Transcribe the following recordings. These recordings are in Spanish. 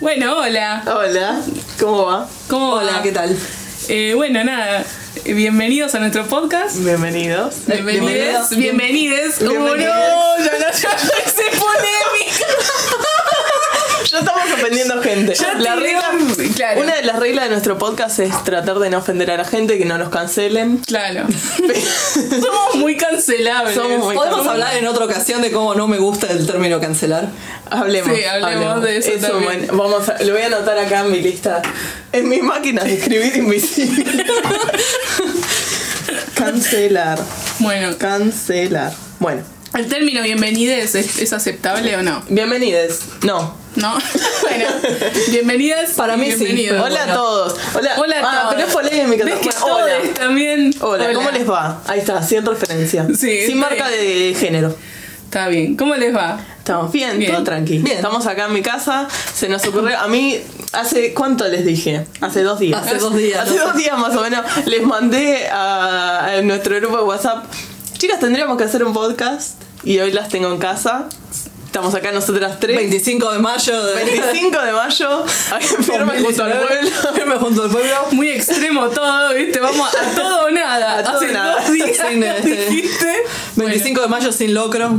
Bueno, hola. Hola, ¿cómo va? ¿Cómo va? Hola, ¿qué tal? Eh, bueno, nada. Bienvenidos a nuestro podcast. Bienvenidos. Bienvenides. Bienvenides. Como no, Bienvenides. ya no, ya no se polémica. Ya estamos ofendiendo gente. Ya La te regla- digo, claro. Una de las reglas de nuestro podcast es tratar de no ofender a la gente, que no nos cancelen. Claro. Somos muy cancelables. Somos muy Podemos cancelables. hablar en otra ocasión de cómo no me gusta el término cancelar. Hablemos. Sí, hablemos de eso un también. buen- vamos a- lo voy a anotar acá en mi lista. En mi máquina de escribir invisible. cancelar. Bueno, Cancelar. Bueno, el término bienvenides es, es aceptable o no? bienvenides. No. ¿No? Bueno, bienvenidas. Para y mí sí. bienvenidos. Hola a todos. Hola, Hola a ah, todos. pero es polémica. ¿Ves que Bueno, hola. todos también? Hola, ¿cómo les va? Ahí está, sin referencia. Sí, está sin marca de género. Está bien. ¿Cómo les va? Estamos bien, Bien. todo tranquilo. Bien. Estamos acá en mi casa, se nos ocurrió. A mí, ¿hace cuánto les dije? Hace dos días. Hace dos días, Hace no dos sé. días más o menos. Les mandé a, a nuestro grupo de WhatsApp. Chicas, tendríamos que hacer un podcast y hoy las tengo en casa. Estamos acá nosotras tres. 25 de mayo. De... 25 de mayo. Firme junto al 2019. pueblo. Firme junto al pueblo. Muy extremo todo, ¿viste? Vamos a todo o nada. A todo Hace o nada. dos días Sí, este. dijiste. 25 de mayo sin locro.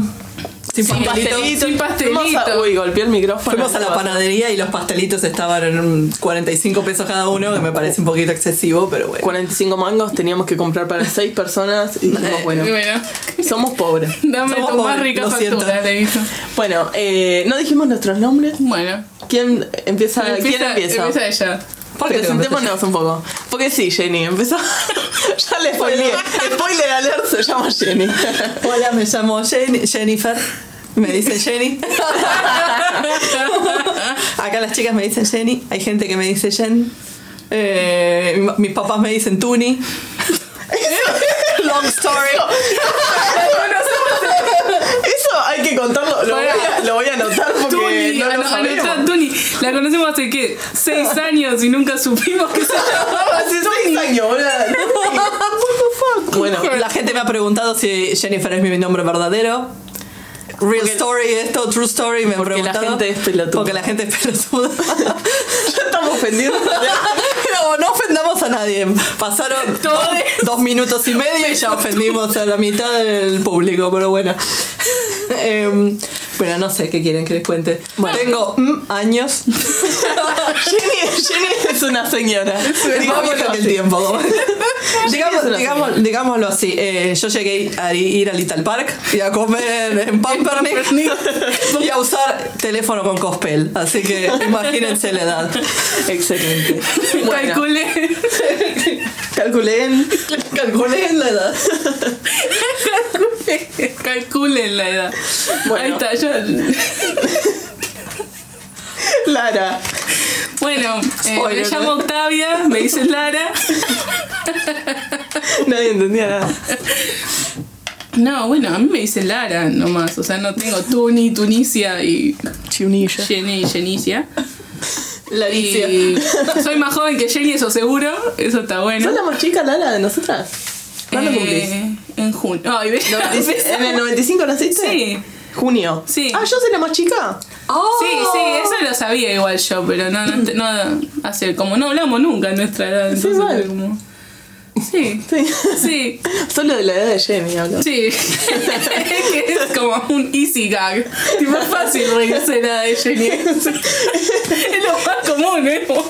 Sin Sin pastelito. pastelito. Sin pastelito. Fuimos a- uy, golpeé el micrófono. Fuimos a la panadería y los pastelitos estaban en 45 pesos cada uno, que me parece un poquito excesivo, pero bueno. 45 mangos teníamos que comprar para 6 personas y dijimos, bueno, Y bueno, somos pobres. dame Somos tu más pobres, rica lo siento. factura, le dijo. Bueno, eh, no dijimos nuestros nombres. Bueno. ¿Quién empieza? ¿Quién empieza? Empieza ella. ¿Por qué te Presentémonos un poco. Porque sí, Jenny, empezó. ya le spoileé. Spoiler alert, se llama Jenny. Hola, me llamo Jen- Jennifer. Me dicen Jenny. Acá las chicas me dicen Jenny. Hay gente que me dice Jen. Eh, mi- mis papás me dicen Tuni. Long story. Eso hay que contarlo. Lo, voy, Pará. a, lo voy a anotar porque Tuni, no a- lo a nuestra sabemos. Tuni, la conocemos hace que seis años y nunca supimos que se llamaba Hace seis años, boludo. What the fuck? Bueno, La gente me ha preguntado si Jennifer es mi nombre verdadero. Real story esto, true story, me han Porque la preguntado. gente es pelotuda. Porque la gente es pelotuda. ya estamos ofendidos. No, no ofendamos a nadie. Pasaron Todos. dos minutos y medio y ya ofendimos a la mitad del público, pero bueno. Em, bueno, no sé qué quieren que les cuente. Tengo mm, años. Jenny, Jenny es una señora. Más Digámoslo vieja que el así. tiempo. Digamos- es una digamos- digámoslo así. eh, yo llegué a ir a Little Park y a comer en Pampernick y a usar teléfono con cospel. Así que imagínense la edad. Excelente. Bueno, Calculé. calculen. Calculen la edad. Calculen la edad. Bueno. Ahí está, yo. Lara. Bueno, eh, me Spoiler, llamo ¿no? Octavia, me dices Lara. Nadie entendía nada. No, bueno, a mí me dice Lara nomás. O sea, no tengo Tuni, Tunisia y Chunilla. Jenny, Jenicia. Laricia. Y soy más joven que Jenny, eso seguro. Eso está bueno. ¿Sos la más chica, Lara, de nosotras? ¿Cuándo cumplís? Eh, En junio. Ay, ve- ¿En el 95 naciste? Sí. ¿Junio? Sí. Ah, ¿yo soy la más chica? Oh. Sí, sí, eso lo sabía igual yo, pero no, no, no hace como no hablamos nunca en nuestra edad, Sí, entonces igual. fue como sí, Sí. sí, Solo de la edad de Jenny hablo. sí, que es como un easy gag, tipo es fácil reírse nada de Jenny, es lo más común, ¿eh? Como-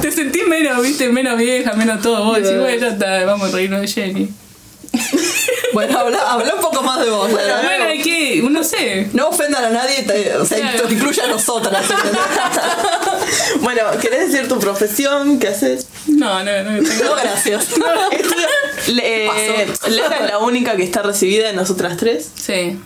te sentís menos, viste, menos vieja, menos todo, vos decís, bueno, ya está, vamos a reírnos de Jenny, Bueno, habla, habla un poco más de vos. la edad. bueno, hay que, no sé, No ofendan a nadie, te- o sea, Claro. te incluye a nosotras. ¿entendés? Bueno, ¿querés decir tu profesión? ¿Qué haces? no, no, no, tengo- No, gracias. Estudia- Le- eh, Paso. Lara es la única que está recibida de nosotras tres. sí,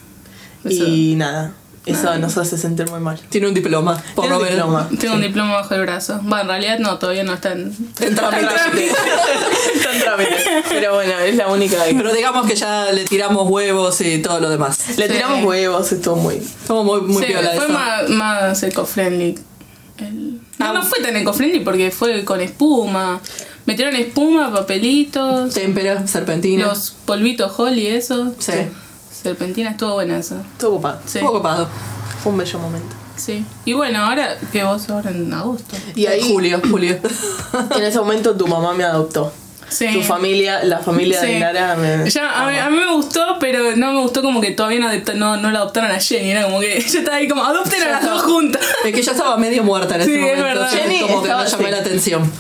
Eso. Y nada, eso nos hace sentir muy mal. Tiene un diploma, por Tiene lo un menos. diploma. Tengo un diploma bajo el brazo. Bueno, en realidad no, todavía no está en... En trámite. Tan trámite. Pero bueno, es la única que... Pero digamos que ya le tiramos huevos y todo lo demás. Le Sí. tiramos huevos, estuvo muy... Somos muy, muy Sí, piola fue eso. más, más eco-friendly. El- No, no fue tan eco-friendly porque fue con espuma. Metieron espuma, papelitos, Témpera, serpentina. los polvitos Holly, eso. Sí. Oh. Serpentina, estuvo buena eso. Estuvo ocupado. Sí, Fue ocupado. Fue un bello momento. sí. Y bueno, ahora que vos ahora en agosto. Y ahí, Julio, Julio. en ese momento, tu mamá me adoptó. Sí. Tu familia, la familia Sí. de Nara me... Ya, a, mí, a mí me gustó, pero no me gustó como que todavía no, adopta- no, no la adoptaron a Jenny. Era como que yo estaba ahí como, adopten a las dos juntas. Es que ya estaba medio muerta en ese Sí, es momento. verdad. entonces Jenny como que no estaba- llamé sí. la atención.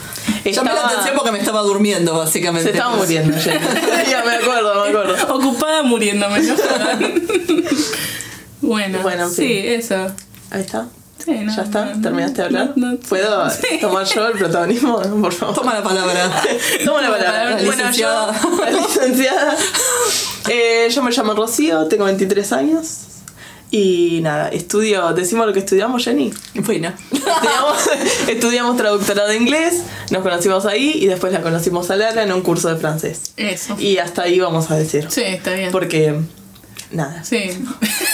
Llamé la Estaba- atención porque me estaba durmiendo, básicamente. Se estaba muriendo, Jenny. ya me acuerdo, me acuerdo. Ocupada muriéndome, ¿no? bueno, Bueno, en sí, fin. eso. Ahí está. Sí, no, ¿Ya está? no, no. ¿Terminaste de hablar? No, no, sí. ¿Puedo Sí. tomar yo el protagonismo? Por favor. Toma la palabra. Toma la palabra. Bueno, licenciada. yo- La licenciada. Eh, yo me llamo Rocío, tengo 23 años. Y nada, estudio, decimos lo que estudiamos, Jenny. Bueno. Estudiamos, estudiamos traductorado de inglés, nos conocimos ahí y después la conocimos a Lara en un curso de francés. Eso. Y hasta ahí vamos a decir. Sí, está bien. Porque, nada. Sí.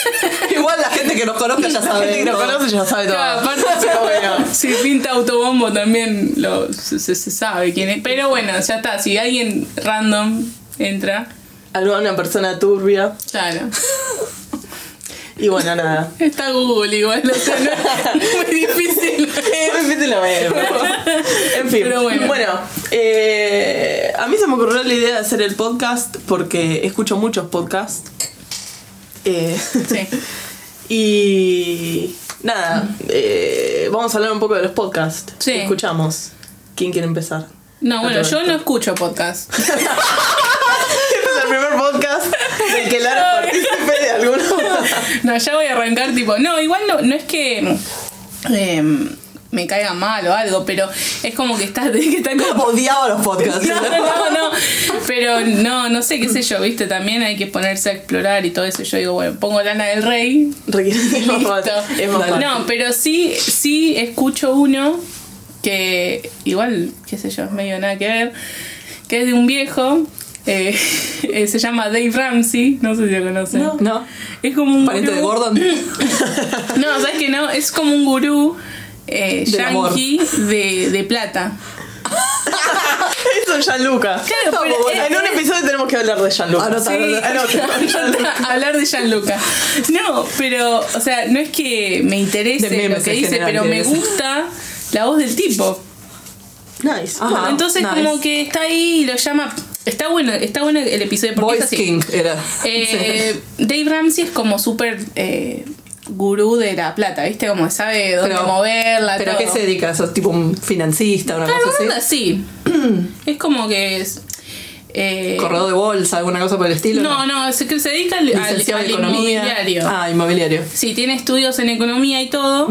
Igual la gente que nos conozca La ya gente sabe. que nos todo. conoce ya sabe todo. Claro, aparte, Pero bueno. si pinta autobombo también lo, se, se- se sabe quién es. Pero bueno, ya está. Si alguien random entra, Alguna persona turbia. claro. Y bueno, nada. Está Google igual, o sea, no es muy difícil. Es difícil la manera, pero- En fin. Pero bueno. bueno, eh, a mí se me ocurrió la idea de hacer el podcast porque escucho muchos podcasts. Eh, Sí. y nada, eh, vamos a hablar un poco de los podcasts. Sí. que Escuchamos. ¿Quién quiere empezar? No, bueno, yo Roberto. no escucho podcast. Este es el primer podcast del que Lara participe de alguno. No, ya voy a arrancar tipo. No, igual no, no es que eh, me caiga mal o algo, pero es como que estás que estar como. Odiaba los podcasts. No, no, no. Pero no, no sé, qué sé yo, viste, también hay que ponerse a explorar y todo eso. Yo digo, bueno, pongo lana del rey. Requiere- es más listo. fácil, es más fácil. No, pero sí, sí escucho uno que igual, qué sé yo, es medio nada que ver, que es de un viejo. eh, eh, se llama Dave Ramsey, no sé si lo conocen. No. No. Es como un Pariente de gurú. Gordon. No, sabes que no, es como un gurú eh, Del amor. yankee de, de plata. Eso es Gianluca. Claro, pero Bueno, es- en un episodio tenemos que hablar de Gianluca. Anota, Sí. anota. Hablar de Gianluca. No, pero, o sea, no es que me De interese memes lo que en dice, general, pero me interesa. gusta la voz del tipo. Nice. Ah. Ajá, Entonces, nice. como que está ahí y lo llama. Está bueno, está bueno el episodio porque es Voice así. King era. Eh, Dave Ramsey es como súper eh, gurú de la plata, ¿viste? Como sabe dónde Pero- moverla. ¿Pero a todo. Ah, qué se dedica? ¿Sos tipo un financista una Claro, cosa una así? onda así. es como que es. eh, ¿Corredor de bolsa? ¿Alguna cosa por el estilo? no, no, se, que se dedica al, al- Licenciado al en economía. inmobiliario. Ah, inmobiliario. Sí, tiene estudios en economía y todo.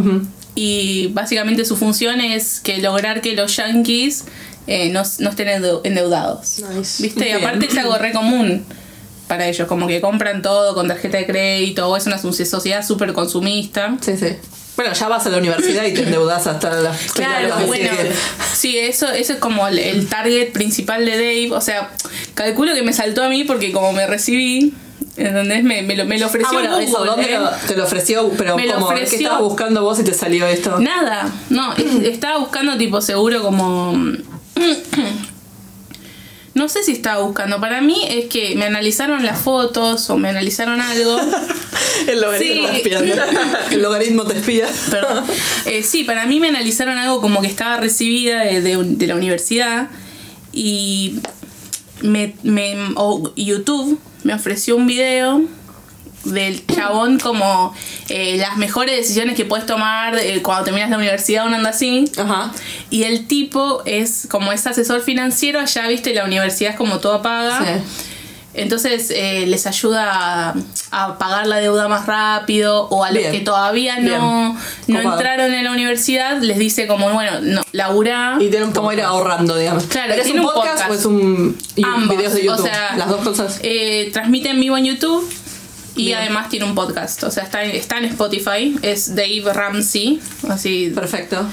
Y básicamente su función es que lograr que los yankees eh, no, no estén endeu- endeudados. Nice. ¿Viste? Y Bien. aparte es algo re común para ellos, como que compran todo con tarjeta de crédito, o es una socie- sociedad súper consumista. Sí, sí. Bueno, ya vas a la universidad y te endeudas hasta la... Claro, así bueno, que- sí, eso, eso es como el, el target principal de Dave. O sea, calculo que me saltó a mí porque como me recibí, ¿entendés? Me, me lo, me lo ofreció Ah, bueno, Google, eso, ¿dónde ¿eh? lo- te lo ofreció? Pero Me lo como, ¿qué ofreció- estabas buscando vos y te salió esto? Nada, no, es- estaba buscando tipo seguro como... No sé si estaba buscando, para mí es que me analizaron las fotos o me analizaron algo. El logaritmo Sí. aspirante. El logaritmo te espía. Perdón. Eh, sí, para mí me analizaron algo como que estaba recibida de, de un- de la universidad y me, me- o YouTube me ofreció un video del chabón como eh, las mejores decisiones que puedes tomar eh, cuando terminas la universidad o una onda así. Ajá. Y el tipo es como es asesor financiero, allá viste, la universidad es como todo paga. Sí. Entonces eh, les ayuda a, a pagar la deuda más rápido o a los Bien. que todavía no, no Bien. Copado. entraron en la universidad, les dice como, bueno, no, laburá. Y tiene un ¿Cómo ir ahorrando, digamos? Claro, ¿Eres tiene un un podcast, podcast. o es un y- Ambos, videos de YouTube? o sea, Las dos cosas. eh, transmite en vivo en YouTube y además tiene un podcast. O sea, está en, está en Spotify, es Dave Ramsey, así Perfecto.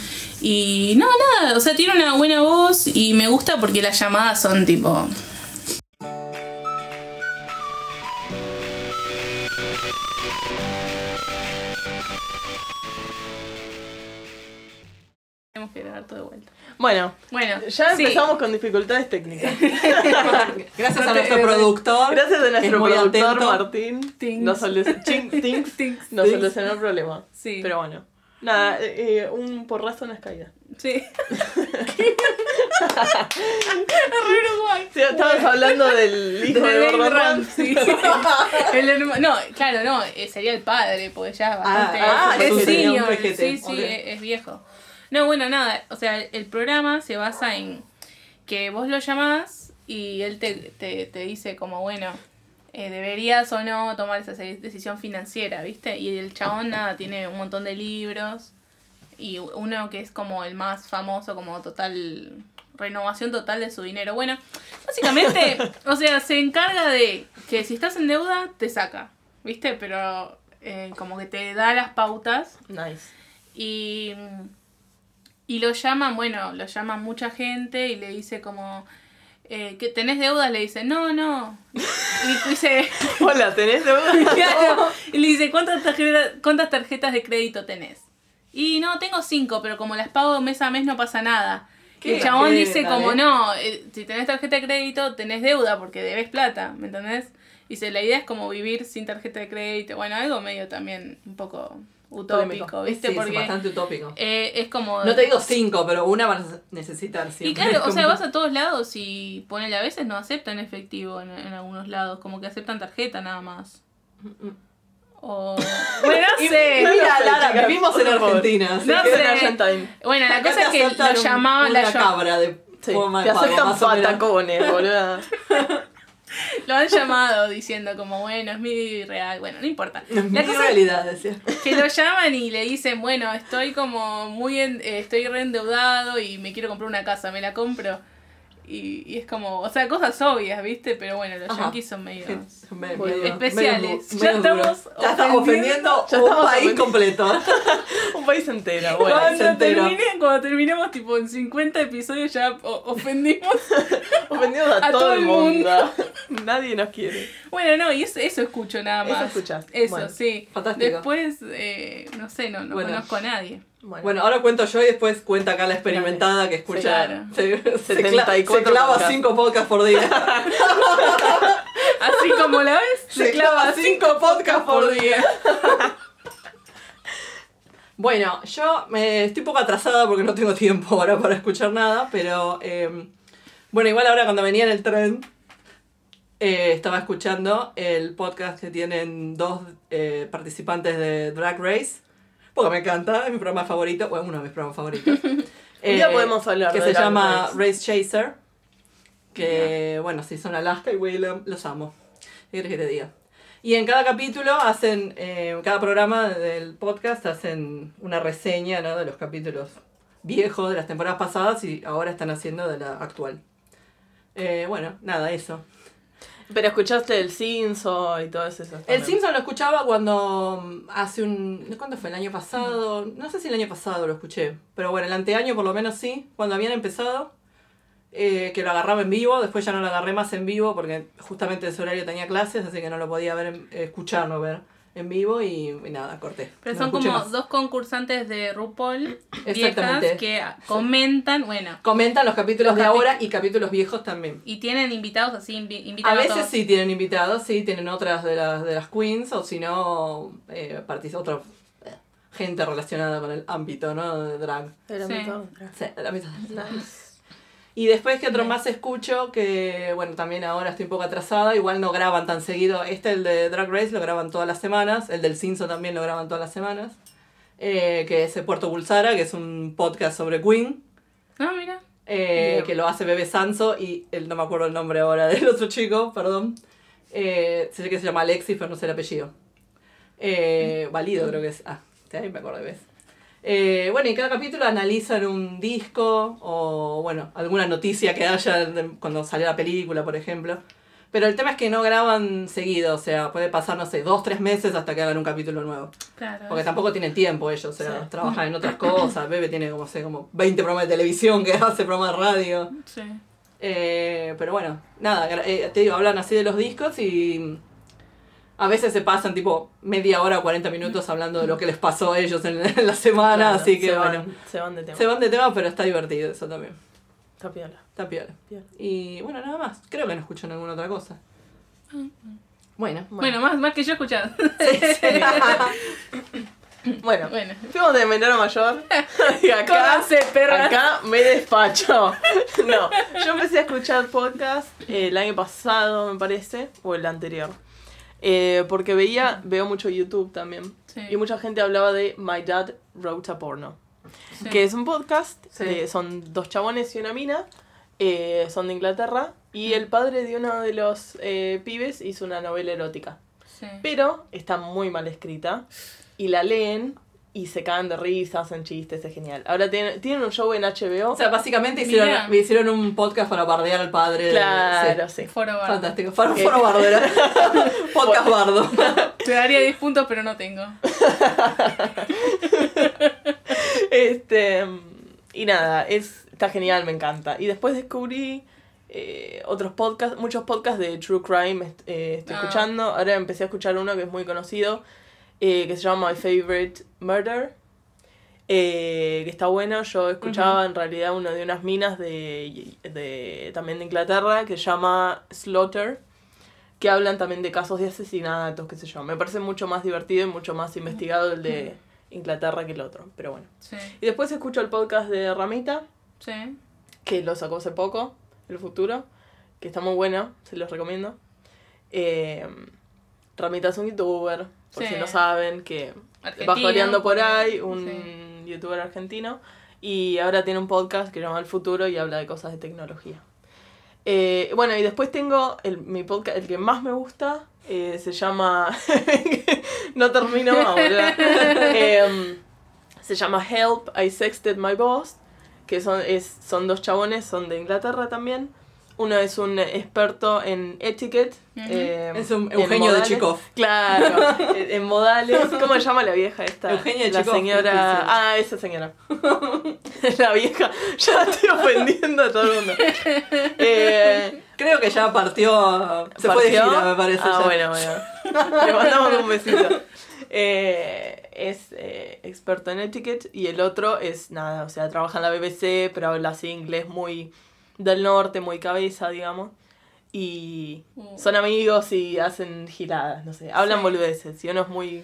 Y no, nada, o sea, tiene una buena voz y me gusta porque las llamadas son tipo... tenemos que grabar todo de vuelta. Bueno, Bueno, ya sí. empezamos con dificultades técnicas. Gracias No a te- nuestro eh, productor. Gracias a que es nuestro muy productor atento. Martín. Tings. Nos solucionó, ching, tings, Tings. nos Tings. solucionó el problema. Sí. Pero bueno. Nada, eh, eh, un porrazo, una caída. Sí. Re Uruguay. Sí, estabas hablando del hijo de, Del Gordon Ram, Ramsay. sí. El herma- no, claro, no, eh, sería el padre, porque ya es bastante. ah, es es un senior. vejete, Sí, sí, ok. es, es viejo. No, bueno, nada, o sea, el programa se basa en que vos lo llamás y él te, te, te dice como, bueno, eh, deberías o no tomar esa se- decisión financiera, ¿viste? Y el chabón, nada, tiene un montón de libros y uno que es como el más famoso, como total renovación total de su dinero. Bueno, básicamente, o sea, se encarga de que si estás en deuda, te saca, ¿viste? Pero eh, como que te da las pautas Nice. y, y lo llaman, bueno, lo llaman mucha gente y le dice como... eh, que tenés deudas, le dice, no, no. Y dice, Hola, ¿tenés deuda? Claro. Oh. Y le dice, ¿cuántas tarjetas, ¿cuántas tarjetas de crédito tenés? Y no, tengo cinco, pero como las pago mes a mes no pasa nada. Y ¿Qué? el chabón Eh, dice dale. como, no, eh, si tenés tarjeta de crédito, tenés deuda porque debes plata, ¿me entendés? Y dice, la idea es como vivir sin tarjeta de crédito. Bueno, algo medio también un poco utópico, Polémico. ¿viste? Sí, es porque bastante utópico. eh, es como... No te digo cinco, pero una vas a necesitar Y siempre. claro, o sea, vas a todos lados y ponele a veces no aceptan efectivo en, en algunos lados, como que aceptan tarjeta nada más. O... Bueno, no sé. no Mira, sé, Lara, chicas, vivimos en por favor. Argentina. así No que- sé. En Argentine. Bueno, la Acá cosa es te que aceptan lo llamaba, una la llam- cabra de Sí. forma de Te pavo, aceptan más o menos. patacones, boluda. lo han llamado diciendo como, bueno, es mi real, bueno, no importa. La Mi cosa es realidad, decía. que lo llaman y le dicen, bueno, estoy como muy, en- eh, estoy reendeudado y me quiero comprar una casa, me la compro. Y, y es como, o sea, cosas obvias, ¿viste? Pero bueno, los Ajá. yankees son medio... Me- Bueno, medio- especiales. medio Ya duro. estamos ya estamos ofendiendo- ofendiendo ya un estamos país ofendiendo. completo. Un país entero, bueno. Ay, se Cuando, entera. termine- cuando terminemos tipo en 50 episodios ya o- ofendimos. Ofendidos a, A todo, el mundo. Nadie nos quiere. bueno, no, y eso, eso escucho nada Eso más. escuchás, Eso, bueno. sí. Fantástico. Después, eh, no sé, no, no Bueno. conozco a nadie. Bueno, ahora cuento yo y después cuenta acá la experimentada que escucha. Claro. Se, se, cla- 74 se clava podcasts. 5 podcasts por día. Así como la ves, Se clava 5 podcasts por día. Bueno, yo me estoy un poco atrasada porque no tengo tiempo ahora para escuchar nada, pero eh, bueno, igual ahora cuando venía en el tren eh, estaba escuchando el podcast que tienen dos eh, participantes de Drag Race, porque me encanta, es mi programa favorito, bueno, uno de mis programas favoritos. Eh, día podemos hablar Que de se Drag llama Race Chaser, que bueno, sí, son Alaska y Wayland, los amo. ¿Qué querés que te diga? Y en cada capítulo hacen, eh, cada programa del podcast hacen una reseña ¿no? de los capítulos viejos de las temporadas pasadas y ahora están haciendo de la actual. Eh, bueno, nada, eso. Pero escuchaste el Cinso y todo eso. El Simpson lo escuchaba cuando mm, hace un... ¿Cuándo fue? ¿El año pasado? No sé si el año pasado lo escuché, pero bueno, el anteaño por lo menos sí, cuando habían empezado, eh, que lo agarraba en vivo, después ya no lo agarré más en vivo porque justamente ese horario tenía clases, así que no lo podía ver, en- escuchar, no ver en vivo y, y nada, corté. Pero No son lo escuché como más. dos concursantes de RuPaul viejas Exactamente. que comentan, bueno, Comentan los capítulos Los de capi- ahora y capítulos viejos también. y tienen invitados así, invi- invitan A a veces todos. sí tienen invitados, sí, tienen otras de las, de las queens o si no, eh, partici- otra eh, gente relacionada con el ámbito, ¿no? De drag. Sí. Sí, la mitad. Y después que otro más escucho, que bueno, también ahora estoy un poco atrasada, igual no graban tan seguido. Este, el de Drag Race, lo graban todas las semanas, el del Cinso también lo graban todas las semanas, eh, que es el Puerto Bulsara, que es un podcast sobre Queen. No, mira. Eh, Bien. que lo hace Bebe Sanso y él no me acuerdo el nombre ahora del otro chico, perdón. Eh, sé que se llama Alexis, pero no sé el apellido. Eh, Valido creo que es. Ah, de ahí me acuerdo de Bebe. Eh, bueno, y cada capítulo analizan un disco o, bueno, alguna noticia que haya de- cuando salió la película, por ejemplo. Pero el tema es que no graban seguido, o sea, puede pasar, no sé, dos, tres meses hasta que hagan un capítulo nuevo. Claro. Porque tampoco tienen tiempo ellos, o sea, Sí. trabajan en otras cosas. Bebe tiene como, sé, como 20 programas de televisión que hace, programas de radio. Sí. Eh, pero bueno, nada, gra- eh, te digo, hablan así de los discos y A veces se pasan tipo media hora o 40 minutos hablando de lo que les pasó a ellos en, en la semana, Claro, así que se van, bueno. se van de tema. Se van de tema, pero está divertido eso también. Está piola. Está piola. Piola. Y bueno, nada más. Creo que no escuchan alguna otra cosa. Mm, Bueno. Bueno, más, más que yo he escuchado. Bueno, Bueno. fuimos de menor a mayor. Y acá, Cójanse, perras. acá me despacho. No, yo empecé a escuchar podcast eh, el año pasado, me parece, o el anterior. Eh, porque veía, veo mucho YouTube también. Sí. Y mucha gente hablaba de My Dad Wrote a Porno. Sí. que es un podcast, Sí. eh, son dos chabones y una mina, eh, son de Inglaterra, y el padre de uno de los eh, pibes hizo una novela erótica, Sí. pero está muy mal escrita, y la leen y se caen de risa, hacen chistes, es genial. Ahora tienen, tienen un show en HBO. o sea, básicamente hicieron, Mirá. me hicieron un podcast para bardear al padre. de- claro, sí. sí. Foro bardo. Fantástico. Faro, Eh. faro bardero. podcast bardo. Te daría 10 puntos, pero no tengo. Este, y nada, es, está genial, me encanta. Y después descubrí eh, otros podcasts, muchos podcasts de True Crime est- eh, estoy Ah. escuchando. Ahora empecé a escuchar uno que es muy conocido, eh, que se llama My Favorite Murder, eh, que está bueno. Yo escuchaba en realidad uno de unas minas de, de- también de Inglaterra que se llama Slaughter. Que hablan también de casos de asesinatos, qué sé yo. Me parece mucho más divertido y mucho más investigado el de Inglaterra que el otro. Pero bueno. Sí, Y después escucho el podcast de Ramita, sí. que lo sacó hace poco, El Futuro, que está muy bueno, se los recomiendo. Eh, Ramita es un youtuber, por Sí. si no saben, que Argentino. va joreando por ahí, un Sí. youtuber argentino, y ahora tiene un podcast que se llama El Futuro y habla de cosas de tecnología. Eh, bueno, y después tengo el, mi podcast, el que más me gusta, eh, se llama... no termino ahora. Em, se llama Help, I Sexted My Boss, que son, es, son dos chabones, son de Inglaterra también. Uno es un experto en etiquette. Ujú. em, Es un en Eugenio de modales. Chekhov. Claro, en en modales. ¿Cómo se llama la vieja esta? Eugenia de La Chekhov, señora. difícil. Ah, esa señora. la vieja. Ya estoy ofendiendo a todo el mundo. Eh, Creo que ya partió. Se fue de ¿Partió? gira, me parece. Ah, ya. bueno, bueno. Le mandamos un besito. Eh, es eh, experto en etiquette y el otro es nada, o sea, trabaja en la BBC, pero habla así inglés muy del norte, muy cabeza, digamos. Y Uh. son amigos y hacen giradas, no sé, hablan boludeces. Y uno es muy,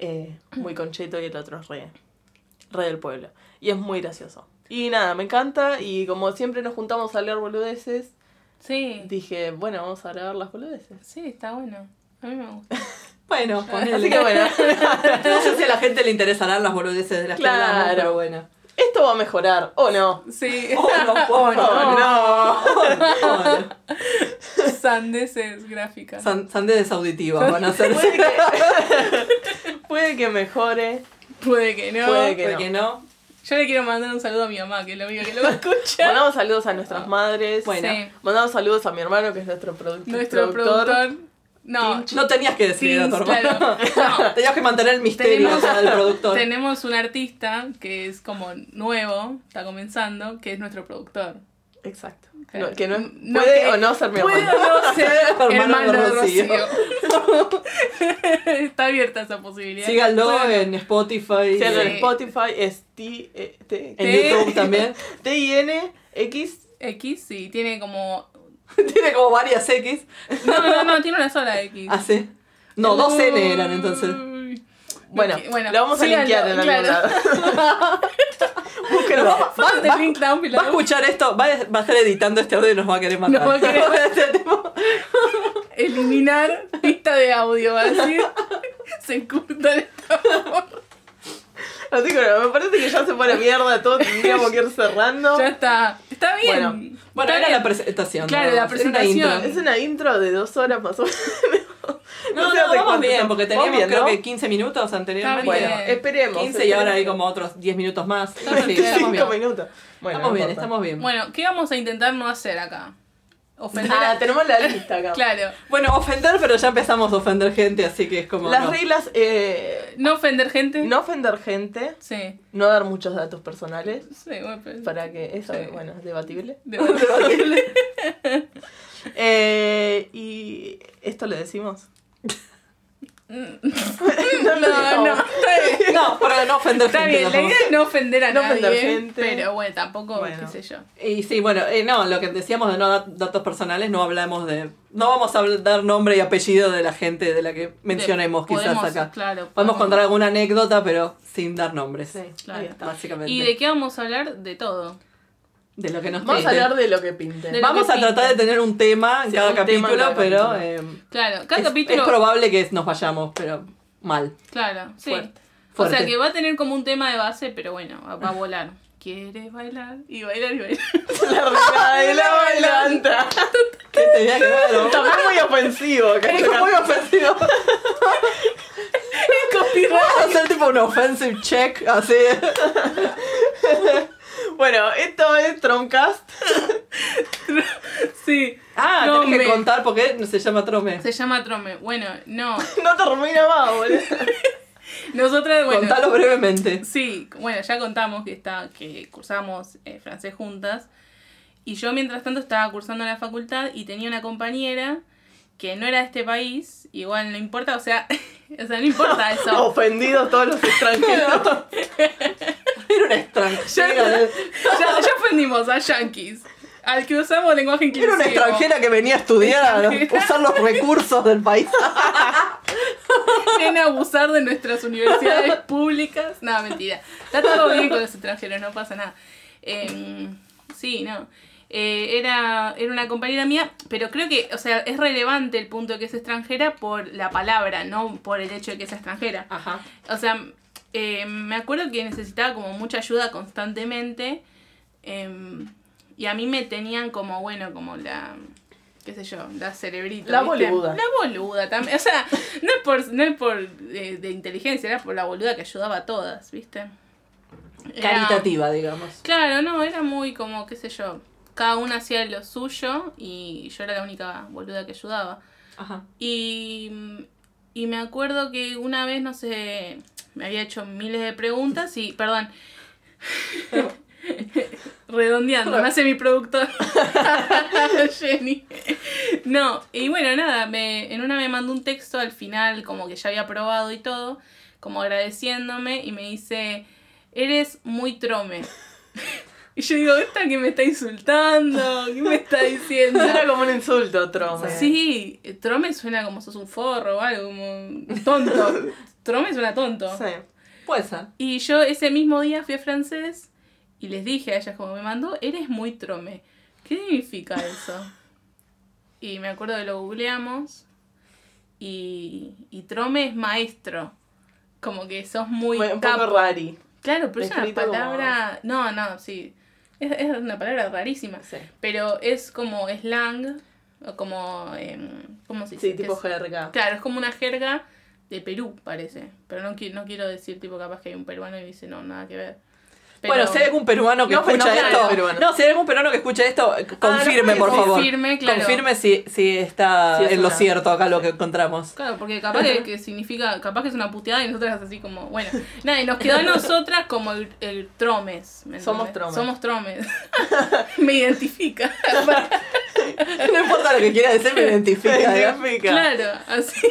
eh, muy concheto y el otro es re, re del pueblo. Y es muy gracioso. Y nada, me encanta. Y como siempre nos juntamos a leer boludeces, Sí. dije, bueno, vamos a grabar las boludeces. Sí, está bueno. A mí me gusta. Bueno, ponele. Así que bueno, No sé si a la gente le interesarán las boludeces de las que hablamos, Claro. pero bueno. esto va a mejorar, ¿o no? Sí. Oh, no, oh, no, oh, no. Sandeces gráficas. San- sandeces auditivas van a ser. Puede que, puede que mejore, Puede que no. puede que Porque no. no. Yo le quiero mandar un saludo a mi mamá, que es la única que lo va a escuchar. Mandamos saludos a Ah. nuestras madres. Bueno. Sí. Mandamos saludos a mi hermano, que es nuestro, produ- Nuestro productor. No, No tenías que decir a tu Teens, hermano. claro. No. Tenías que mantener el misterio Tenemos- o sea, del productor. tenemos un artista que es como nuevo, está comenzando, que es nuestro productor. Exacto. Claro. No, que no es- No, puede que- o no ser mi Puede hermano. o no ser Hermano de hermano de Rocío. Rocío. Está abierta esa posibilidad. Síganlo eh. Bueno, en Spotify, Si algo en Sí. Spotify es T, eh, T, en Sí. YouTube también. N X X sí, tiene como. Tiene como varias X. No, no, no, tiene una sola X. Así. Ah, No, dos N eran entonces. Uy. Bueno, Ok, bueno, lo vamos a síganlo, linkear en algún claro. lado. Búsquenlo. Va- va- Ponte va- el link down Va a below. escuchar esto, va a, va a estar editando este audio y nos va a querer matar. Nos va a querer Eliminar pista de audio, va a decir. Se encurta el tambor. Así que bueno, me parece que ya se fue a la mierda todo, tendríamos que ir cerrando. Ya está. Está bien. Bueno, Bueno, Está era bien. la presentación. Claro, nada más, la era una presentación. Es intro. una intro de dos horas más o menos. No, no, sé hace vamos cuánto bien, estamos. porque Vamos teníamos bien, creo ¿no? que 15 minutos anteriormente. Está Bueno, bien. esperemos. 15 y ahora hay esperemos. como otros 10 minutos más. Sí, Está bien. estamos bien. Cinco minutos. Bueno, estamos no bien, importa. estamos bien. Bueno, ¿qué vamos a intentar no hacer acá? Ofender Ah, a... tenemos la lista acá. Claro. Bueno, ofender, pero ya empezamos a ofender gente, así que es como. Las no. reglas, eh, No ofender gente. no ofender gente, Sí. no dar muchos datos personales, Sí, bueno, pero- para que eso, Sí. bueno, es debatible. De verdad. Eh, y esto le decimos. no, lo No, no, digamos. está bien. No, para no ofender Está gente bien, la tampoco. idea es no ofender a No nadie. ofender gente. Pero bueno, tampoco, Bueno. qué sé yo. Y sí, bueno, eh, no, lo que decíamos de no dar datos personales, no hablamos de... No vamos a habl- dar nombre y apellido de la gente de la que mencionemos De- quizás podemos, acá. Claro, Podemos podemos. contar alguna anécdota, pero sin dar nombres, Sí, Claro. ahí está. básicamente. ¿Y de qué vamos a hablar? De todo. De lo que nos Vamos a pinte. hablar de lo que pinten. De lo Vamos que a tratar de pinta. tener un tema en Sí, cada un tema en capítulo, cada pero... capítulo. eh, Claro, cada es, capítulo. es probable que nos vayamos, pero mal. Claro, sí. Fuerte. O Fuerte. sea que va a tener como un tema de base, pero bueno, va, va a volar. ¿Quieres bailar? Y bailar y bailar. La reina de la bailanta. ¿Qué tenía que ver? También muy ofensivo. Es muy ofensivo. Vamos a hacer tipo un offensive check, así. Bueno, esto es Tromcast. sí. Ah, tenés Trome. que contar porque se llama Trome. Se llama Trome. Bueno, no. No termina más, boludo. Nosotras, bueno. Contalo brevemente. Sí, bueno, ya contamos que, está, que cursamos eh, francés juntas. Y yo mientras tanto estaba cursando en la facultad y tenía una compañera que no era de este país. Igual no importa, o sea, o sea no importa Oh. eso. Ofendidos todos los extranjeros. Era una extranjera. de- ya, ya ofendimos a yankees. Al que usamos lenguaje inclusivo. Era una extranjera que venía a estudiar, a Extranjera. usar los recursos del país. Ven a abusar de nuestras universidades públicas. No, mentira. Está todo bien con los extranjeros, no pasa nada. Eh, sí, no. Eh, era, era una compañera mía, pero creo que, o sea, es relevante el punto de que es extranjera por la palabra, no por el hecho de que sea extranjera. Ajá. O sea, eh, me acuerdo que necesitaba como mucha ayuda constantemente. eh, y a mí me tenían como, bueno, como la. qué sé yo, la cerebrita. La boluda. La boluda también. O sea, no es por, no es por eh, de inteligencia, era por la boluda que ayudaba a todas, ¿viste? Era- Caritativa, digamos. Claro, no, era muy como, qué sé yo. Cada una hacía lo suyo y yo era la única boluda que ayudaba. Ajá. Y, y me acuerdo que una vez, no sé, me había hecho miles de preguntas y, perdón, redondeando, me hace mi productor, Jenny. No, y bueno, nada, me, en una me mandó un texto al final, como que ya había probado y todo, como agradeciéndome y me dice, eres muy trome. Y yo digo, esta que me está insultando, ¿qué me está diciendo? Era como un insulto, Trome. Sí, Trome suena como sos un forro o algo, como un tonto. Trome suena tonto. Sí. Puede ser. Y yo ese mismo día fui a francés y les dije a ellas como me mandó, eres muy trome. ¿Qué significa eso? Y me acuerdo que lo googleamos y, y trome es maestro. Como que sos muy Bueno, Un capo. poco rari. Claro, pero es una Escrito como- palabra... No, no, sí. Es, es una palabra rarísima. Sí. Pero es como slang, o como. em, ¿Cómo se dice? Sí, tipo Es- jerga. Claro, es como una jerga de Perú, parece. Pero no, qui- no quiero decir, tipo, capaz que hay un peruano y dice, no, nada que ver. Pero- Bueno, si hay algún peruano que No, pero escucha no, claro, esto. peruano. No, si hay algún peruano que escucha esto, c- confirme, Ah, no, por favor. confirme, claro. Confirme si, si está Si es en lo una- cierto acá lo que encontramos. Claro, porque capaz que, que significa, capaz que es una puteada y nosotras así como, bueno, nada, y nos quedó a nosotras como el, el tromes. ¿me entendés? Somos tromes. Somos tromes. Me identifica. No importa lo que quiera decir, me identifica. ¿eh? Significa. claro, así.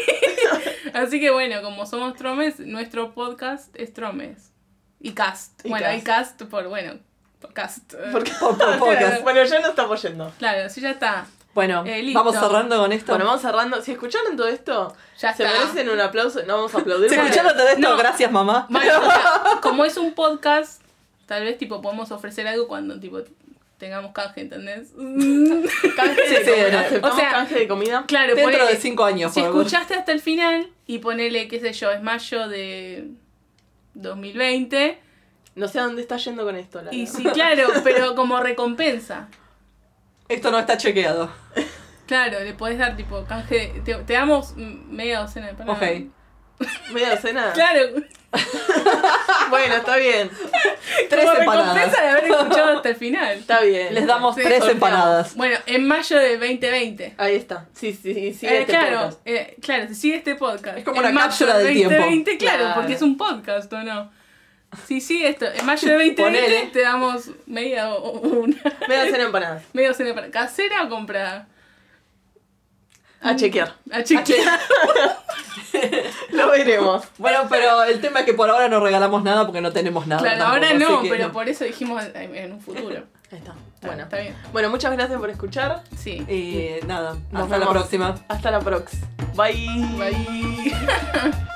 así que bueno, como somos tromes, nuestro podcast es tromes. Y cast. Y bueno, cast. y cast por, bueno, por cast. eh, Porque- Por- por podcast. Bueno, ya no estamos yendo. Claro, sí, ya está. Bueno, Eh, listo. vamos cerrando con esto. Bueno, vamos cerrando. Si escucharon todo esto, Ya se está. merecen un aplauso. No vamos a aplaudir. Si Sí. porque- escucharon todo esto, No. gracias mamá. Bueno, o sea, como es un podcast, tal vez tipo podemos ofrecer algo cuando tipo tengamos canje, ¿entendés? Canje de Sí, sí, comida. no. Aceptamos O sea, canje de comida. claro, Dentro ponele, de cinco años, si por favor. escuchaste hasta el final y ponele, qué sé yo, es mayo de 2020. No sé a dónde está yendo con esto, la Y verdad. sí, claro, pero como recompensa. Esto no está chequeado. Claro, le podés dar tipo canje. de- Te, te damos mm, media docena de empanadas. Ok. Media docena. Claro, Bueno, está bien. Tres como recompensa empanadas. de haber escuchado hasta el final. Está bien. Les damos Sí, tres sorteamos. empanadas. Bueno, en mayo de 2020. Ahí está. Sí, sí, sí. sí, Eh, este claro, podcast. eh, claro, si sigue este podcast. Es como en una mayo cápsula del tiempo. 2020, claro, Claro. porque es un podcast, ¿o no? Si sigue esto, en mayo de 2020 Ponele. te damos media o o una. Media docena de empanadas. Media docena para- ¿Casera o comprada? A chequear. A chequear. Lo veremos. Bueno, pero el tema es que por ahora no regalamos nada porque no tenemos nada. Claro, tampoco, ahora así no, que pero por eso dijimos en en un futuro. Ahí está. Bueno, Bueno. está bien. Bueno, muchas gracias por escuchar. Sí. Y nada, Nos hasta la vemos. próxima. Hasta la próxima. Bye. Bye.